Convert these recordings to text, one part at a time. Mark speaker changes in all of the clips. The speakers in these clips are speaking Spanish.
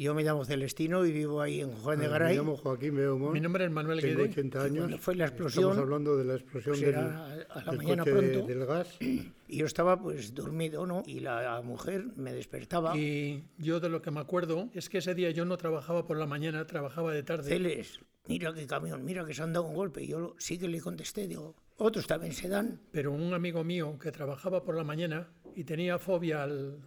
Speaker 1: Yo me llamo Celestino y vivo ahí en Juan de Garay.
Speaker 2: Me llamo Joaquín Beaumont.
Speaker 3: Mi nombre es Manuel
Speaker 2: Tengo
Speaker 3: Guede.
Speaker 2: 80 años.
Speaker 1: Cuando fue la explosión,
Speaker 2: Estamos hablando de la explosión
Speaker 1: pues
Speaker 2: del,
Speaker 1: era a la
Speaker 2: del
Speaker 1: mañana
Speaker 2: coche de-
Speaker 1: pronto.
Speaker 2: del gas.
Speaker 1: Y yo estaba pues dormido, ¿no? Y la mujer me despertaba.
Speaker 3: Y yo de lo que me acuerdo es que ese día yo no trabajaba por la mañana, trabajaba de tarde.
Speaker 1: Celes, mira qué camión, mira que se han dado un golpe. Y yo lo- sí que le contesté, digo, otros también se dan.
Speaker 3: Pero un amigo mío que trabajaba por la mañana y tenía fobia al-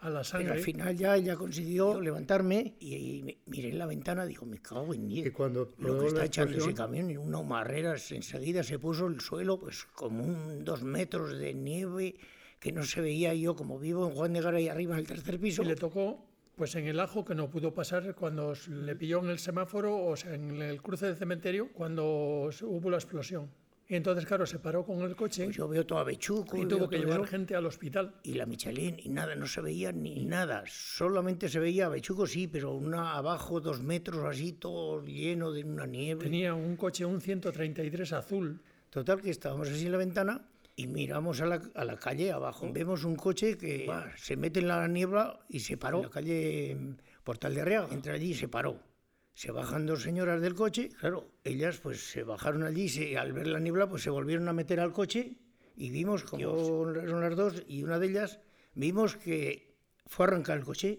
Speaker 3: a la
Speaker 1: Pero al
Speaker 3: sangre,
Speaker 1: final ya ella consiguió levantarme y, y me- miré en la ventana, digo, me cago en diez.
Speaker 2: Y cuando
Speaker 1: Lo
Speaker 2: probó
Speaker 1: que
Speaker 2: la
Speaker 1: está echando ese
Speaker 2: explosión-
Speaker 1: camión en una marrera, enseguida se puso el suelo, pues como un dos metros de nieve que no se veía yo como vivo en Juan de Garay arriba en el tercer piso.
Speaker 3: y le tocó pues en el ajo que no pudo pasar cuando s- le pilló en el semáforo o sea, en el cruce del cementerio cuando s- hubo la explosión. Y entonces, claro, se paró con el coche
Speaker 1: Pues yo veo todo a Bechuco
Speaker 3: y
Speaker 1: veo
Speaker 3: tuvo que
Speaker 1: todo
Speaker 3: llevar
Speaker 1: eso.
Speaker 3: gente al hospital.
Speaker 1: y la Michelin y nada, no se veía ni nada, solamente se veía a Bechuco, sí, pero una abajo dos metros así, todo lleno de una nieve.
Speaker 3: Tenía un coche, un 133 azul,
Speaker 1: Total que estábamos así en la ventana y miramos a la, a la calle abajo. Vemos un coche que va, se mete en la niebla y se paró. En la calle mm, Portal de Arriaga. Entra allí y se paró. Se bajan dos señoras del coche. Claro, ellas pues se bajaron allí y se- al ver la niebla pues se volvieron a meter al coche y vimos como yo- son las dos y una de ellas vimos que fue a arrancar el coche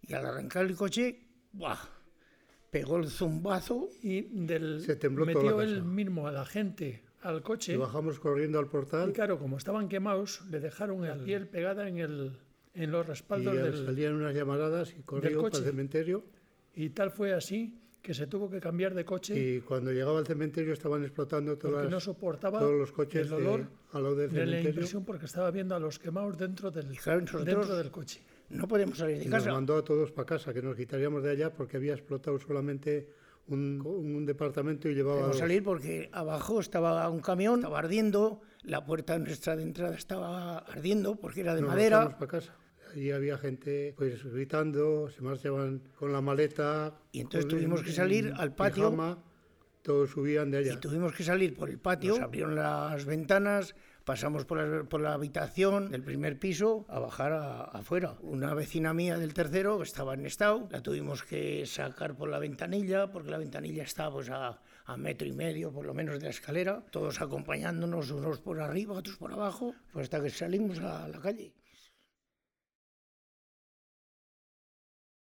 Speaker 1: y al arrancar el coche, ¡buah! Pegó el zumbazo
Speaker 3: y del
Speaker 2: Se tembló toda la
Speaker 3: metió
Speaker 2: casa.
Speaker 3: él mismo a la gente al
Speaker 2: Y
Speaker 1: ¿eh?
Speaker 3: coche
Speaker 2: bajamos corriendo al
Speaker 3: y
Speaker 2: portal
Speaker 3: claro como estaban quemados le dejaron la piel pegada en el en los
Speaker 2: y
Speaker 3: respaldos del
Speaker 2: salían unas llamaradas y corrió para
Speaker 3: coche.
Speaker 2: el cementerio.
Speaker 3: y tal fue así que se tuvo que cambiar de coche
Speaker 2: Y cuando llegaba al cementerio estaban explotando todas
Speaker 3: porque
Speaker 2: las-
Speaker 3: no soportaba
Speaker 2: todos los coches
Speaker 3: el
Speaker 2: de-
Speaker 3: olor
Speaker 2: al lado del
Speaker 3: de la
Speaker 2: cementerio.
Speaker 3: impresión porque estaba viendo a los quemados dentro del
Speaker 1: claro, nosotros-
Speaker 3: dentro del coche
Speaker 1: no podemos salir de
Speaker 2: Y nos
Speaker 1: casa.
Speaker 2: mandó a todos para casa, que nos quitaríamos de allá porque había explotado solamente un, un departamento y llevaba
Speaker 1: Podemos
Speaker 2: dos.
Speaker 1: salir porque abajo estaba un camión, estaba ardiendo, la puerta nuestra de entrada estaba ardiendo porque era de
Speaker 2: Nos
Speaker 1: madera.
Speaker 2: marchamos para casa. Allí había gente pues gritando, se marchaban con la maleta.
Speaker 1: Y entonces
Speaker 2: con-
Speaker 1: tuvimos que salir al
Speaker 2: en
Speaker 1: patio.
Speaker 2: pijama, todos subían de
Speaker 1: Y
Speaker 2: allá.
Speaker 1: tuvimos que salir por el patio, nos abrieron las ventanas, pasamos por la, por la habitación del primer piso a bajar a- afuera. Una vecina mía del tercero que estaba en estado, la tuvimos que sacar por la ventanilla porque la ventanilla está pues, a, a metro y medio por lo menos de la escalera, todos acompañándonos unos por arriba, otros por abajo, pues hasta que salimos a la calle.